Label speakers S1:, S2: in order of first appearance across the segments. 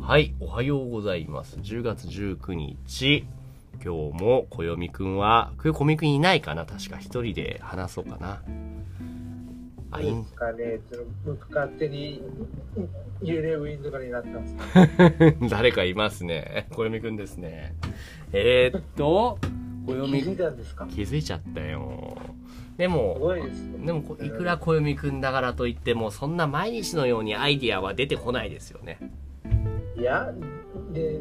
S1: はい、おはようございます。10月19日。今日も小読みくんは、小読みくんいないかな確か一人で話そうかな。あ、いい
S2: なんかね、ちょっと僕勝手に幽霊ウィンドからになったんですけ ど
S1: 誰かいますね。小読みくんですね。えー、っと、小読
S2: 気づい
S1: み、
S2: たんですか
S1: 気づいちゃったよ。ですも、
S2: ごいですね。
S1: でもこ、いくら小読みくんだからといっても、そんな毎日のようにアイディアは出てこないですよね。
S2: いや、で、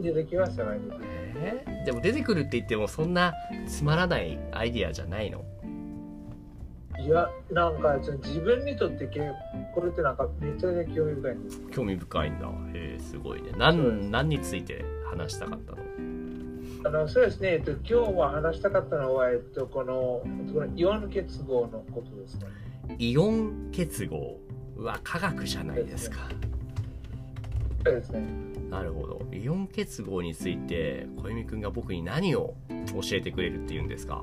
S2: 出てきましたね。
S1: えでも出てくるって言っても、そんなつまらないアイディアじゃないの。
S2: いや、なんかちょっと自分にとってけこれってなんかめちゃめちゃ興味深いんですよ。
S1: 興味深いんだへえすごいね
S2: そうで
S1: 何
S2: す
S1: 何について話したかったの
S2: あの、そうですね、えっと、今日は話したかったのは、えっと、この、このイオン結合のことですね。
S1: イオン結合は科学じゃないですか
S2: そうですね。
S1: なるほどイオン結合について小泉くんが僕に何を教えてくれるっていうんですか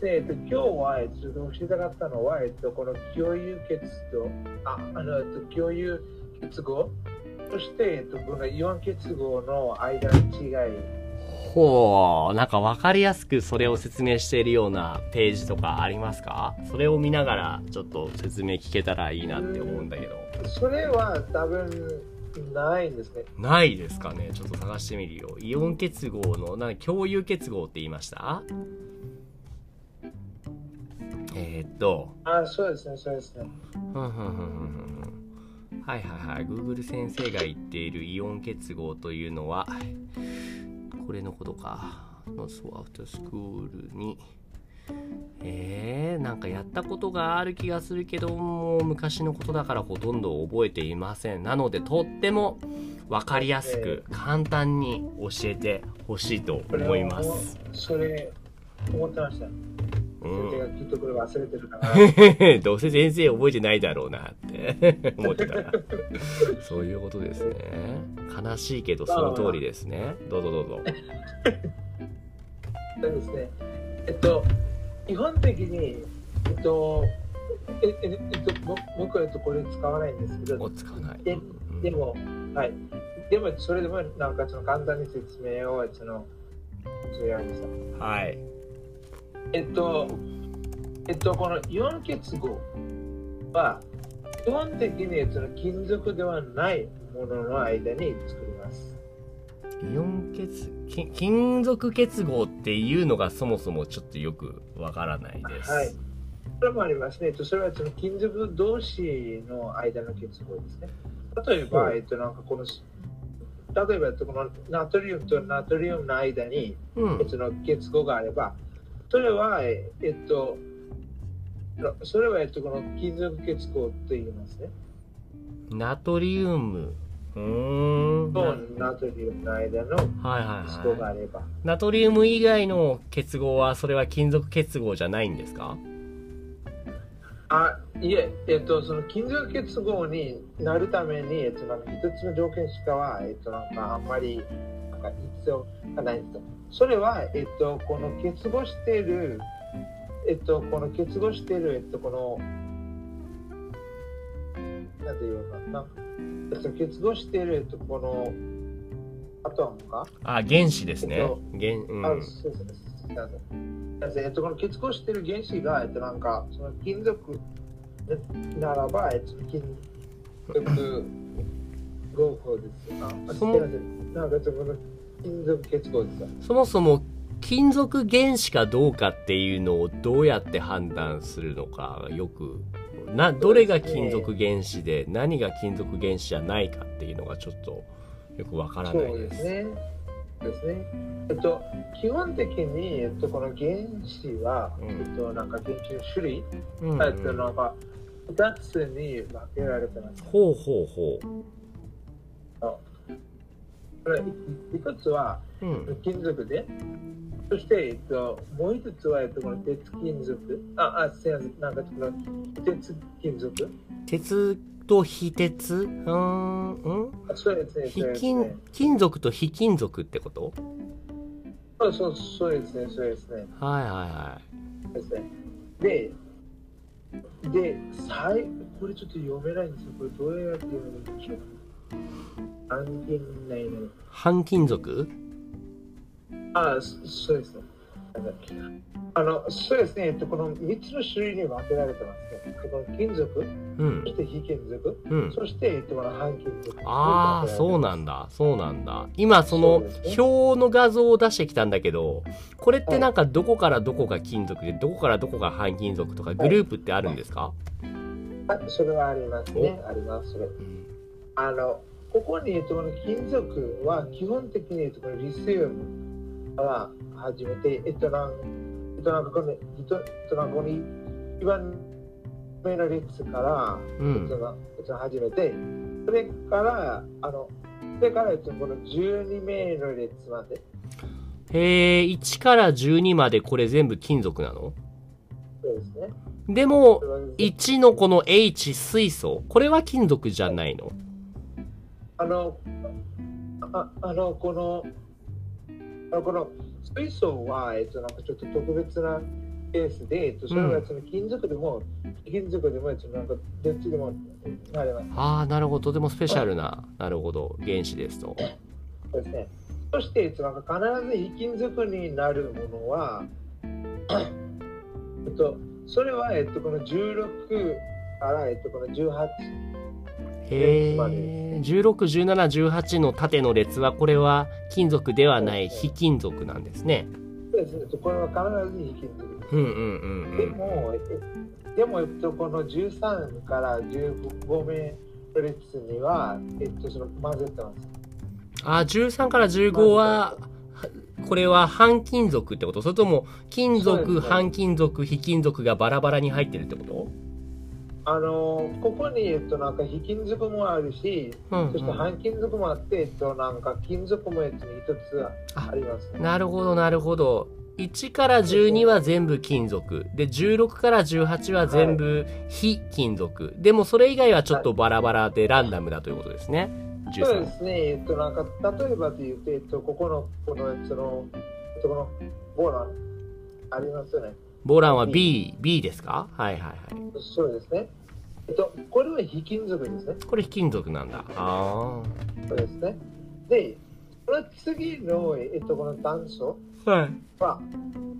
S2: で、えっと、今日は、えっと、教えたかったのは、えっと、この共有結と、あ、あの、えっと、共有結合。そして、えっと、このイオン結合の間の違い。
S1: ほうなんか分かりやすくそれを説明しているようなページとかありますかそれを見ながらちょっと説明聞けたらいいなって思うんだけど
S2: それは多分ないんですね。
S1: ないですかねちょっと探してみるよイオン結合のな共有結合って言いましたえー、っと
S2: あ、そうですね、そうですね。
S1: ふんふんふんふんふんはいはいはい Google 先生が言っているイオン結合というのはこれのことかノースワートスクールにえー、なんかやったことがある気がするけどもう昔のことだからほとんど覚えていませんなのでとっても分かりやすく簡単に教えてほしいと
S2: これは
S1: 思います、
S2: それ、思ってました。
S1: う
S2: 先生
S1: ん
S2: がきっとこれ忘れてるか な。
S1: どうせ先生覚えてないだろうなって 思ってたらそういうことですね悲しいけどその通りですねどうぞどうぞ
S2: そうですね。えっと、基本的に、えっと、えええっと、ぼ僕はえっとこれ使わないんですけ
S1: お
S2: ど、
S1: 使わない
S2: で
S1: うん
S2: でも、はい。でも、それでも、なんか、その簡単に説明を、その、それやりました。
S1: はい
S2: えっと、えっと、このイオン結合は、基本的にその金属ではないものの間に作ります。
S1: イオン結金金属結合っていうのがそもそもちょっとよくわからないです、
S2: はい。それもありますね。えっと、それはその金属同士の間の結合ですね。例え
S1: ほ
S2: ば、
S1: う
S2: えっと、なんかこの、例えば、えっとこのナトリウムとナトリウムの間に、
S1: う
S2: えっ
S1: ん
S2: と、の結合があれば、それは、ええっと、それは、えっと、この金属結合と言いますね。
S1: ナトリウムうーん
S2: とナトリウムの間の
S1: はいはい
S2: 人が
S1: は
S2: あれば、
S1: いナトリウム以外の結合はそれは金属結合じゃないんですか
S2: あいえ、えっと、その金属結合になるために、えっと、なんか一つの条件しかは、えっと、なんかあんまりなんか必要がないんですと。それは、えっと、この結合している、えっと、この結合している、えっと、この、なんていうのかな、えっと、結合している、えっと、この、アトムか、
S1: あ原子ですね
S2: えっと
S1: 原うん
S2: あそうですね。なぜなぜえっと、この結合している原子が、えっと、なんか、その金属ならば、えっと、金属合法です。あ、あす
S1: そ
S2: い
S1: の
S2: ません。なんか、ちょっとこの金属結合です。
S1: そもそも金属原子かどうかっていうのをどうやって判断するのかよくなどれが金属原子で何が金属原子じゃないかっていうのがちょっとよくわからない
S2: そう
S1: で。
S2: ですすね。ですね。えっと、基本的に、えっと、この原子は、
S1: うん
S2: えっと、なんか原子の種類、
S1: うんうん
S2: えっと、なんか、二つに分けられてます。
S1: ほうほうほ
S2: これ、一つは、
S1: う。うん、
S2: 金属で、そして、えっと、もう一つは、えっと、この鉄金属、あ、あ、すいません、なんかこの鉄金属、
S1: 鉄と非鉄うーんうん
S2: あそうですね、
S1: 非
S2: そうですね
S1: 金。金属と非金属ってこと
S2: そうそう、そうですね、そうですね、
S1: はいはいは
S2: そうですね。で、で、最これちょっと読めないんですよ、これどうやって読むんでしょう。半金ないない。
S1: 半金属
S2: ああ、そそうですね。なんだっけあの、そうですね。えっと、この3つの種類に分けられてますね。この金属、
S1: うん
S2: そして非金属、
S1: うん
S2: そして、えっと、この半金属。
S1: ああそう
S2: な
S1: なんだそうなんだ今その
S2: そうですね
S1: 表の画像を出してきたんだけどこれってなんかどこからどこが金属でどこからどこが半金属とかグループってあるんですか、
S2: はい、それはありますね。あります、それ。
S1: うん
S2: あの、ここに、えっと、この金属は、基本的に、えっと、このリセウムから始めて、えっと、なんえっと、なんかこの、えっと、なんかこの、一番目の列から、
S1: う
S2: えっ
S1: ん
S2: とな、えっと、始めて、それから、あの、それから、えっと、この12名の列まで、
S1: へえ1から12までこれ全部金属なの
S2: そうですね。
S1: でも
S2: それは
S1: 1のこの H 水素これは金属じゃないの
S2: あの、ああの、この、あのこの水素は、えっと、なんかちょっと特別なケースで、えっと、それはその金属でも、金属でも、えっと、なんか、どっちでもなれます。
S1: ああなるほどでもスペシャルななるほど原子ですと
S2: そうですね。そして、えっと、なんか必ず非金属になるものは、 えっと、それは、えっと、この16から、えっと、この18、
S1: へえ
S2: 列まで
S1: 161718の縦の列はこれは金属ではない非金属なんですね
S2: そうですね。えっとこれは必ず非金属です。
S1: うんうんうん
S2: でも、えっとでも、えっと、この13から15名の列には、えっと、その混ぜてます。
S1: あ13から15はこれは半金属ってことそれとも金
S2: そう
S1: 属
S2: ですね
S1: 半金属非金属がバラバラに入ってるってこ
S2: あのーここに、えっと、なんか非金属もあるし、
S1: と、うん
S2: そして
S1: う
S2: 半金属もあって、えっと、なんか金属もえっと一つありますね、
S1: ん、なるほどなるほど1から12は全部金属で16から18は全部非金属、でもそれ以外はちょっとバラバラでランダムだということですね13
S2: そうですね、えっと、なんか例えばで言うと、えっと、ここの、この、その、えっと、この、ボーラン、ありますよね。
S1: ボランは B、B ですかはいはいはい。
S2: そうですね。えっと、これは非金属ですね。
S1: これ非金属なんだ。あ
S2: そうですね。で、この次の、えっと、この炭素
S1: あ。はい。
S2: は、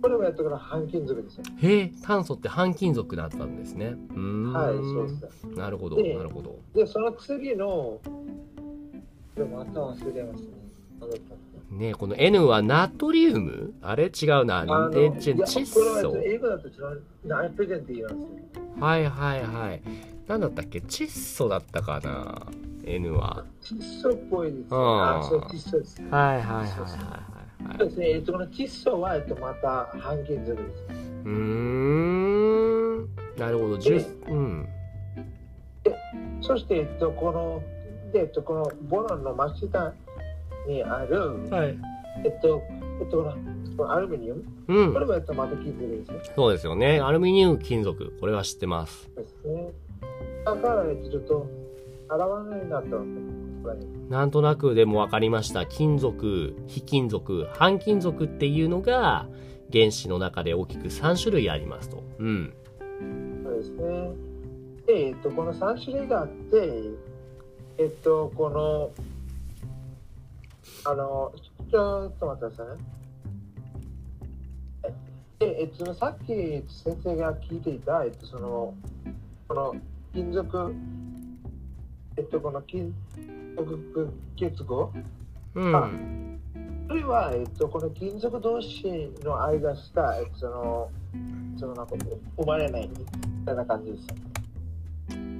S2: これもやっとこの半金属ですよ。
S1: へえ、炭素って半金属だったんですね。うーん。
S2: はい、そうですね。
S1: なるほど、
S2: で
S1: なるほど。
S2: で、その次の、でもまた忘れますね。あの
S1: ねえこの N はナトリウムあれ違うな。
S2: あの
S1: で、ち
S2: いや
S1: 窒
S2: これはえっと
S1: 素。
S2: 英語だと違う、ナイトロジェンって言いますね。
S1: はいはいはい。なんだったっけ窒素だったかな ?N は。
S2: 窒素っぽいですね。
S1: あー
S2: あそう、窒素です。そ
S1: はいはいはい
S2: いはい
S1: はい、は
S2: うですね。えっと、この窒素は、えっと、また半金属です。
S1: うーん。なるほど。ジュース。うん。
S2: そして、えっと、この、で、えっと、このボロンの真下にある、
S1: はい。
S2: えっと、えっと、ほらこのアルミニウム、
S1: うん
S2: こ。れもやっとまた金属ですね。
S1: そうですよね。アルミニウム金属。これは知ってます。
S2: ですね。だから、えっと、ちょっと、洗わないなと。これ
S1: なんとなくでも分かりました。金属、非金属、半金属っていうのが原子の中で大きく3種類ありますと。うん。
S2: そうですね。で、えっと、この3種類があって、えっと、この、あの、ちょっと待ってくださいね。で、えっと、さっきえっと先生が聞いていた、えっと、その、この金属、えっと、この金属結合
S1: うん。
S2: あるいは、えっと、この金属同士の間しか、えっと、その、そのなんか生まれないみたいな感じです。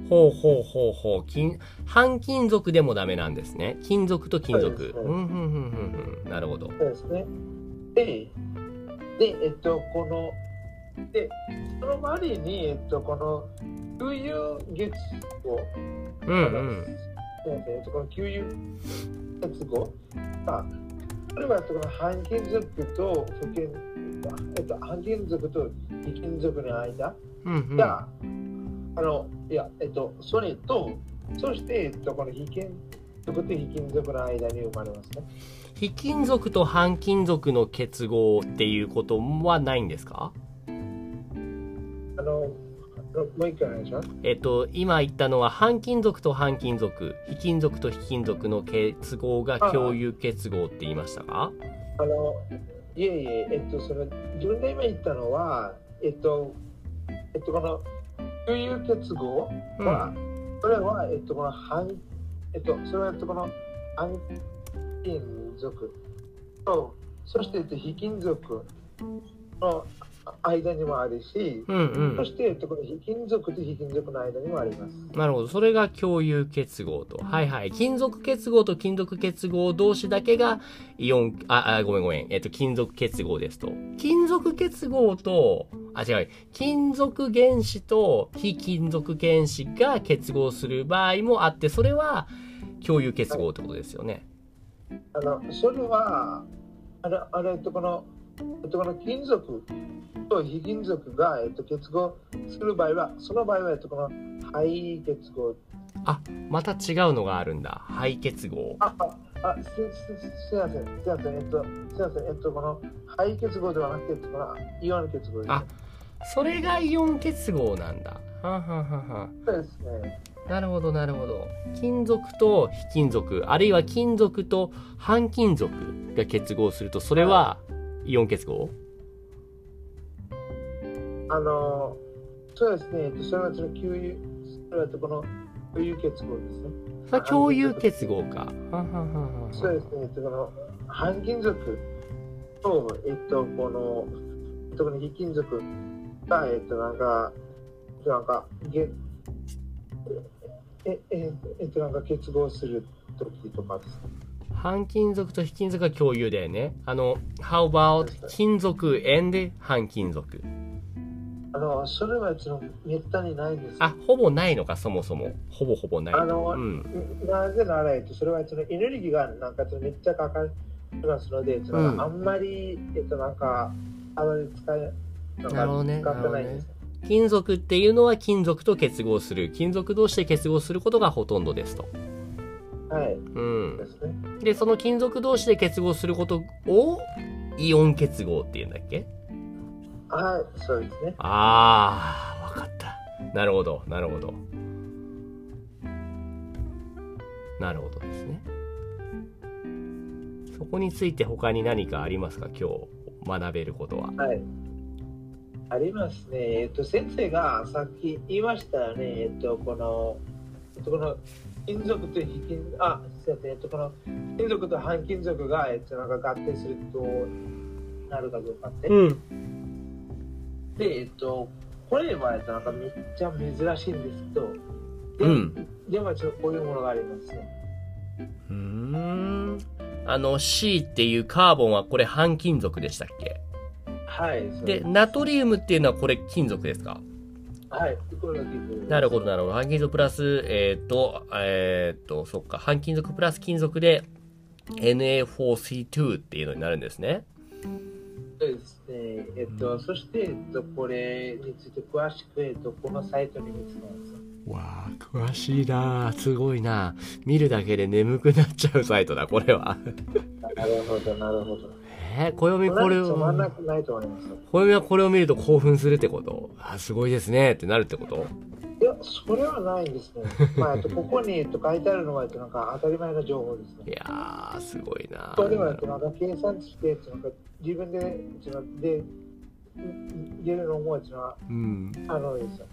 S1: ほうほうほうほう。金、半金属でもダメなんですね。金属と金
S2: そうで
S1: 属。
S2: す
S1: う
S2: ね
S1: ん、うん、うん、うん。なるほど。
S2: そうですね。で、で、えっと、この、で、その周りに、えっと、この、給油月合、
S1: うん、うん。
S2: えっと、この給油月合が、これは、えっと、この半金属と不金、えっと、半金属と非金属の間、
S1: うん、うん。
S2: が、あの、いや、えっと、それと、そして、えっと、この非金属と非金属の間に生まれますね。
S1: 非金属と半金属の結合っていうことはないんですか
S2: あの、もう一回お願いします。
S1: えっと、今言ったのは半金属と半金属非金属と非金属の結合が共有結合って言いましたか
S2: あのいえいえ、えっと、その自分が今言ったのは、えっと、えっと、この共有結合
S1: う
S2: は、
S1: ん
S2: それは、えっと、この反、えっと、それは、えっと、この反金属と、そして、えっと、非金属の間にもあるし、
S1: うんうん
S2: そして、えっと、この非金属と非金属の間にもあります。
S1: なるほどそれが共有結合とはいはい金属結合と金属結合同士だけがイオンああごめんごめんえっと金属結合ですと金属結合とあ違う金属原子と非金属原子が結合する場合もあってそれは共有結合ってことですよね
S2: あの、それは、あれ、あれ、えっと、この、えっと、この金属と非金属が、えっと、結合する場合は、その場合は、えっと、この肺結合。
S1: あまた違うのがあるんだ肺結合
S2: あ、あ、あ、す、す、すいません、すいません、えっと、すいません、えっと、この肺結合ではなくて、えっと、このイオン結合です。
S1: あそれがイオン結合なんだはんはんはんはん
S2: そうですね。
S1: なるほどなるほど金属と非金属あるいは金属と半金属が結合するとそれはイオン結合
S2: あの、そうですね、えっと、それは、その、給油、それは、えっと、この、給油結合ですね。
S1: それは共有結合かはんはんはんはん
S2: そう
S1: は
S2: で
S1: ん
S2: すね、えっと、この半金属と、えっと、この、えっと、この非金属が、えっと、なんか、なんか、げえ、え、えっと、なんか結合する時とかですね。
S1: 半金属と非金属が共有だよねあの How about 金属 and 半金属
S2: あの、それは、ちょっと、めったにないんです。
S1: あほぼないのかそもそもほぼほぼない
S2: あの
S1: うん
S2: なぜなら、えっと、それは、その、エネルギーが、なんか、ちょっとめっちゃかかりますので、その
S1: うん
S2: あんまり、えっと、なんか、あまり使え、なん
S1: なるほど
S2: か、
S1: ね
S2: 使ってないんです。
S1: 金属っていうのは金属と結合する金属同士で結合することがほとんどですと
S2: はい、
S1: うん
S2: ですね。
S1: でその金属同士で結合することをイオン結合っていうんだっけ
S2: はい、そうですね。
S1: ああわかったなるほどなるほどなるほどですねそこについて他に何かありますか今日学べることは
S2: はい。ありますね。えっと、先生がさっき言いましたよね。えっと、この、えっと、この、金属と非金、あ、すいません。えっと、この、金属と反金属が、えっと、なんか合体すると、なるかどうかって。
S1: うん
S2: で、えっと、これは、えっと、なんかめっちゃ珍しいんですけど、で、
S1: うん
S2: でも、ちょっとこういうものがありますね。
S1: うーんあの C っていうカーボンはこれ半金属でしたっけ
S2: はい。そう
S1: でナトリウムっていうのはこれ金属ですか
S2: はい。これが金属です
S1: なるほど、なるほど。半金属プラス、えっ、と、えっ、と、そっか、半金属プラス金属で NA4C2 っていうのになるんですね。
S2: そうですね。えっと、そして、えっと、これについて詳しく、えっと、このサイトに見つけます。
S1: わあ、詳しいなすごいな見るだけで眠くなっちゃうサイトだ、これは。
S2: なるほど、なるほど。
S1: えー、暦
S2: こ
S1: これ
S2: れつまんな
S1: を、
S2: くないと思います。
S1: 暦はこれを見ると興奮するってことあ、すごいですねってなるってこと
S2: いや、それはないん ですね。まあ、えっと、ここに、えっと、書いてあるのは、えっと、なんか当たり前の情報です
S1: い
S2: ね。
S1: やー、すごいな
S2: これは、えっと、なんか計算して、えっと、なんか自分で、えっと、で、入れるのも、えっと、あ
S1: うん。
S2: の、ですよ。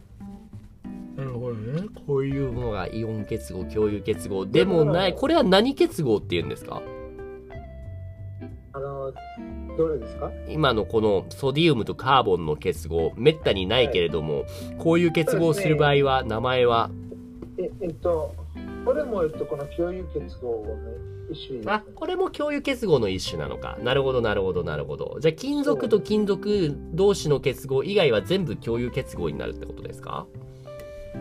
S1: なるほどね。こういうものがイオン結合、共有結合でもない。これは何結合っていうんですか
S2: あの、どれですか
S1: 今のこのソディウムとカーボンの結合めったにないけれども、こういう結合をする場合は名前は、
S2: え、えっと、これも、えっと、この共有結合の一種類です
S1: あ
S2: ね。
S1: これも共有結合の一種なのかなるほどなるほどなるほどじゃあ金属と金属同士の結合以外は全部共有結合になるってことですか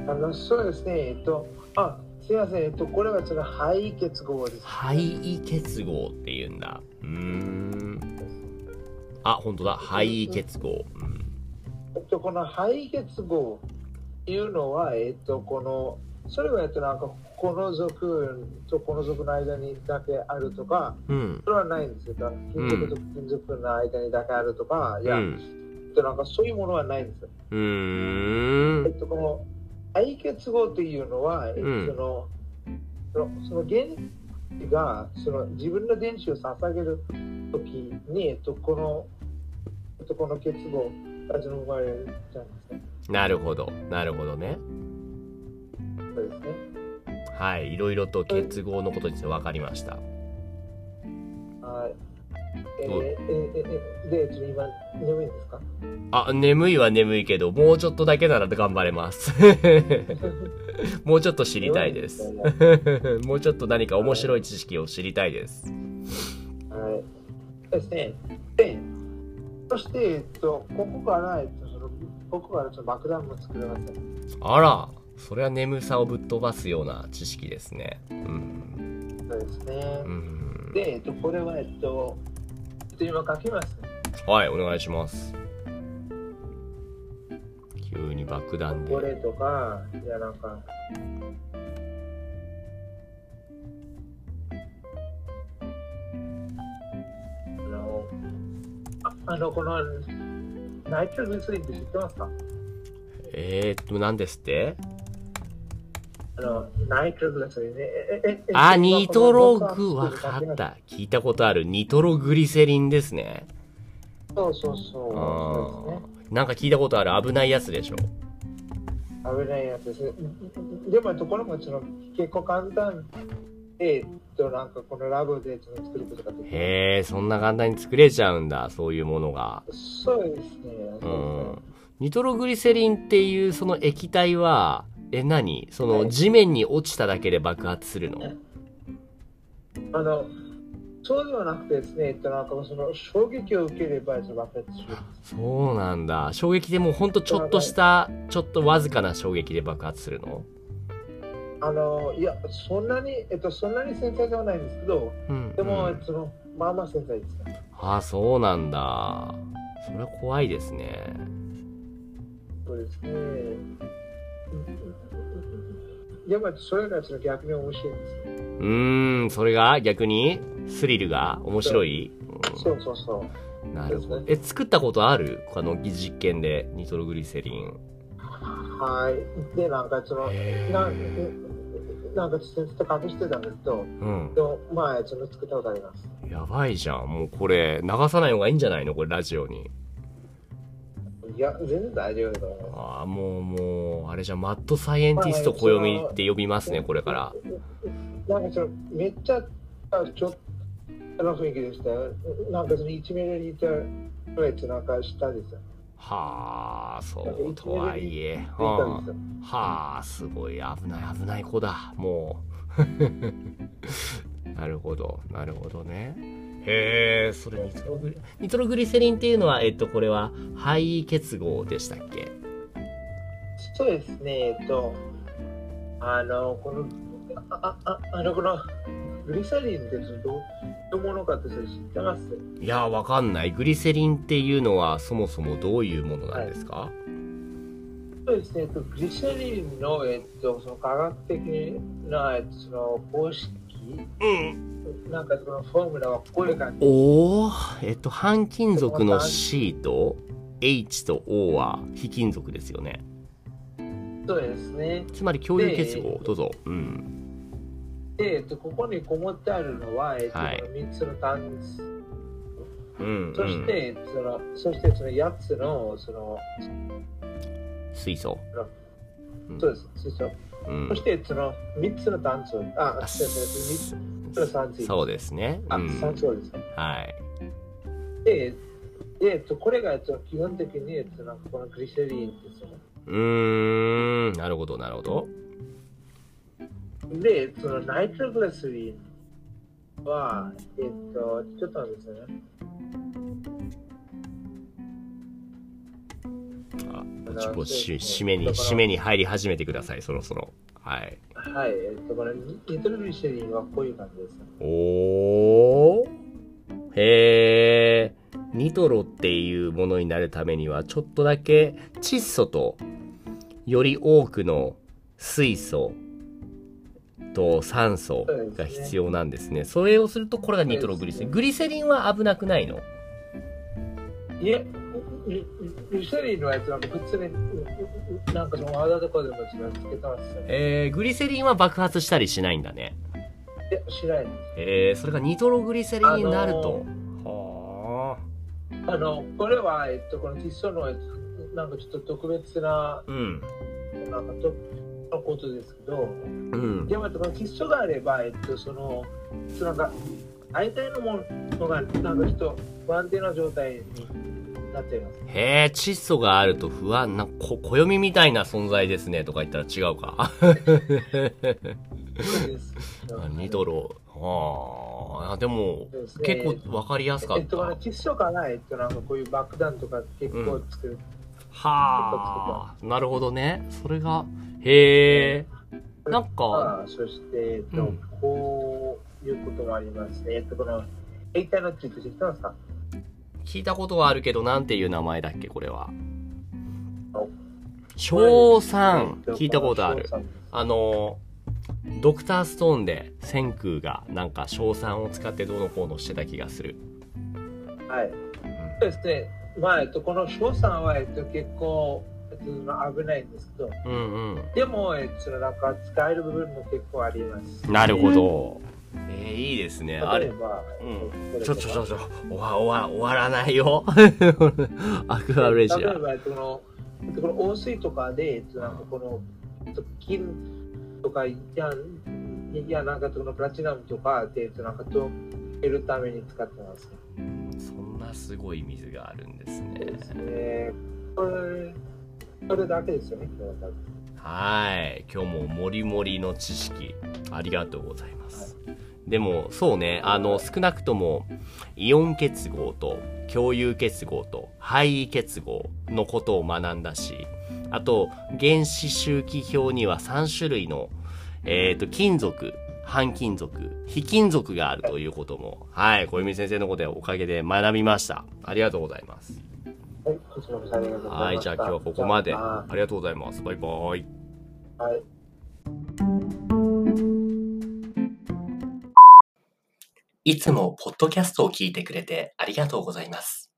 S2: あのそうですね、えっと、あすいません、えっと、これはその肺結合です。
S1: 肺胃結合っていうんだうーんあ本当だ肺胃結合、うん
S2: えっと、この肺結合っていうのは、えっと、この、それは、えっと、なんか、この属とこの属の間にだけあるとか、
S1: うん
S2: それはないんですけど、金属と金属の間にだけあるとか、いや、
S1: うん
S2: となんかそういうものはないんですよ。
S1: う
S2: え
S1: ー
S2: っ
S1: ん。
S2: と、この愛結合というのは、えっと
S1: うん
S2: そのそのその原子がその自分の電子を捧げるときに、えっと、この、えっと、この結合が生まれるじゃないですか。
S1: なるほど。なるほどね。
S2: そうですね。
S1: はい。いろいろと結合のことについて分かりました。
S2: はい。え
S1: どう
S2: ー、えー、えー、で、ちょっと今、眠いんですか
S1: あ、眠いは眠いけど、もうちょっとだけなら頑張れ ます。もうちょっと知りたいです。 もうちょっと何か面白い知識を知りたいです。
S2: はい。ですね。で、そして、えっと、ここから、えっと、その、ここからちょっと爆弾も作れません。
S1: あら、それは眠さをぶっ飛ばすような知識ですね。うん。
S2: そうですね
S1: う。ん、
S2: で、えっと、これは、えっと、えっと、今書きますね。
S1: はい、お願いします。急に爆弾
S2: これ
S1: で。
S2: とか、いや、なんか、あの、ああの、この、ナイトルグリスリンって知ってますか
S1: えー、っと、何ですって
S2: あの、ナイトログリスリンね。えええ え
S1: あ、ニトログ、わかっ。た。聞いたことある。ニトログリセリンですね。
S2: そうそうそう。
S1: あ
S2: そうですね
S1: ーなんか聞いたことある危ないやつでしょ。
S2: 危ないやつですね。でも、ところも、その、結構簡単で、えっと、なんか、このラブで、その、作ることができる。
S1: へえ、そんな簡単に作れちゃうんだ、そういうものが。
S2: そうですね。
S1: う
S2: そ
S1: ん。ニトログリセリンっていうその液体は、え、何そ
S2: は
S1: の
S2: い
S1: 地面に落ちただけで爆発するの
S2: うですねあの、そうではなくてですね、えっと、なんか、その、衝撃を受ければ、その、爆発する。
S1: そうなんだ。衝撃でもうほんとちょっとした、ちょっとわずかな衝撃で爆発するの
S2: あの、いや、そんなに、えっと、そんなに繊細ではないんですけど、
S1: うん。
S2: でも、
S1: うん
S2: その、まあまあ繊細ですね。
S1: あー、そうなんだ。それは怖いですね。
S2: そうですね。でもそれがその逆に面白いんですよ。
S1: うーん、それが逆にスリルが面白い、うん
S2: そうそうそう。
S1: なるほ
S2: そ
S1: ど。
S2: う
S1: え、作ったことあるあの、疑似実験で、ニトログリセリン。
S2: はい。で、なんかその、
S1: へ
S2: なん
S1: ー
S2: なんか先生と隠してたんですけど、
S1: うん
S2: で。も、まあ、その作ったことあります。
S1: やばいじゃん。もうこれ、流さない方がいいんじゃないのこれ、ラジオに。
S2: いや、全然大丈夫だと思いま
S1: ああ、もう、もう、あれじゃん、マッドサイエンティスト暦って呼びます
S2: す。
S1: ね、これから。。
S2: なんかその、めっちゃ、ちょっと、の雰囲気でしたよ。なんかその1ミリリッターのやつなんかしたですよ。
S1: はあ、そうとはいえ。う
S2: 見たん
S1: ん
S2: ですよ。
S1: はあ、すごい、危ない、危ない子だ、もう。な るほど、なるほどね。へえ、それニトログリ、ニトログリセリンっていうのは、えっと、これは肺結合でしたっけ
S2: そうですね、えっと、あの、この、あ、あ、ああの、この、グリサリンってどうどういうものかってそれ知ってます
S1: いや、わかんない。グリセリンっていうのは、そもそもどういうものなんですか、
S2: そうですね、えっと、グリサリンの、えっと、その科学的な、えっと、その公式、
S1: うん。
S2: なんかそのフォームラはこういう感じ。
S1: おお、えっと、半金属の C と H と O は非金属ですよね。
S2: そうですね。
S1: つまり共有結合、どうぞ。うん。
S2: で、えっと、ここにこもってあるのは、えっと、この
S1: はい
S2: 3つの単数。
S1: うん、うん。
S2: そして、その、そして、その8つの、その、
S1: 水素。
S2: そうです、水素。
S1: うん
S2: そして、その、3つの単数。あ、そうです、3つ。
S1: そうですね。う
S2: あ、
S1: ん、
S2: 三そうですね。
S1: はい。
S2: で、でえっと、これがえっと基本的に、えっと、なんかこのグリセリンですよね。
S1: うーん、なるほど、なるほど。
S2: で、そのナイトログリセリンは、えっと、ちょっとなんですよね。
S1: あ、
S2: あ
S1: ぼちぼち、
S2: そ
S1: 締
S2: うですね
S1: めに、
S2: だから
S1: 締めに入り始めてください、そろそろ。はい。
S2: はい、えっと、このニトログリセリンはこういう感じですね。
S1: おー。へー。ニトロっていうものになるためには、ちょっとだけ窒素と、より多くの水素と酸素が必要なんですね。それをすると、これがニトログリセリン。グリセリンは危なくないの
S2: いえ、ルルシェリーのやつは普通にううなんかその技とかでも自分つけたんですよね
S1: えー、グリセリンは爆発したりしないんだね。
S2: いやしないです
S1: えー、それがニトログリセリンになると。は
S2: あのこれは、えっと、この窒素のやつなんかちょっと特別な
S1: あ。うん。
S2: なんかとのことですけど
S1: うん。
S2: でもこの窒素があれば、えっと、そのそのなんか大体のものがなんかちょっと不安定な状態になっちゃい ます
S1: へえ、窒素があると不安な、こ、 暦みたいな存在ですね、とか言ったら違うか。
S2: そうです
S1: ニトロ。はあ。でも、
S2: そうですね
S1: 結構わかりやすか
S2: え
S1: っ
S2: っと、この
S1: た。
S2: 窒素から、えっと、なんかこういう爆弾とか結構作る、
S1: はあ。なるほどね。それが、へえ。なんか、
S2: ああそして、えっと
S1: うん
S2: こういうこともありますね。えっと、この、エイタナッチって知ってますか
S1: 聞いたことはあるけど、なんていう名前だっけ、これは
S2: あ。
S1: 小酸。聞いたことあ
S2: えっ
S1: る。
S2: この
S1: あの、ドクターストーンで、千空が、なんか、小酸を使ってどうのこうのしてた気がする。
S2: はい。そうですね。まあ、えっと、この翔さんは、えっと、結構、えっと、危ないんですけど、
S1: うんうん。
S2: でも、えっと、そのなんか使える部分も結構あります。
S1: なるほど。えー、いいですね。あ
S2: 例え
S1: れ。
S2: ば、
S1: うん。
S2: これ
S1: ち
S2: と
S1: ょ
S2: か
S1: ちょちょちょ、終わ終わ終わらないよ。 アクアレジ
S2: 例え
S1: ア。
S2: ば、えっと、この、えっとこの、汚水とかで、えっと、なんかこの、えっと、金とか、いや、いや、なんかそのプラチナムとかで、えっと、なんかと、得るために使ってます。
S1: そんなすごい水があるんですね。
S2: ですね。これ、これだけですよね、今日は多分
S1: はい。今日ももりもりの知識、ありがとうございます。でも、そうね、あの、少なくとも、イオン結合と、共有結合と、廃位結合のことを学んだし、あと、原子周期表には3種類の、えっ、と、金属、半金属、非金属があるということも、はい、小泉先生のことでおかげで学びました。ありがとうございます。
S2: はい、こちらこそありがとうござ
S1: はいい、
S2: まし
S1: じゃ
S2: た
S1: あ今日はここまで。
S2: じゃあ
S1: ありがとうございます。バイバイ。
S2: はい。
S1: いつもポッドキャストを聞いてくれてありがとうございます。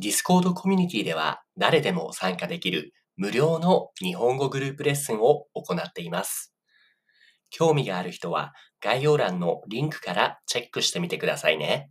S1: Discord コミュニティでは誰でも参加できる無料の日本語グループレッスンを行っています。興味がある人は概要欄のリンクからチェックしてみてくださいね。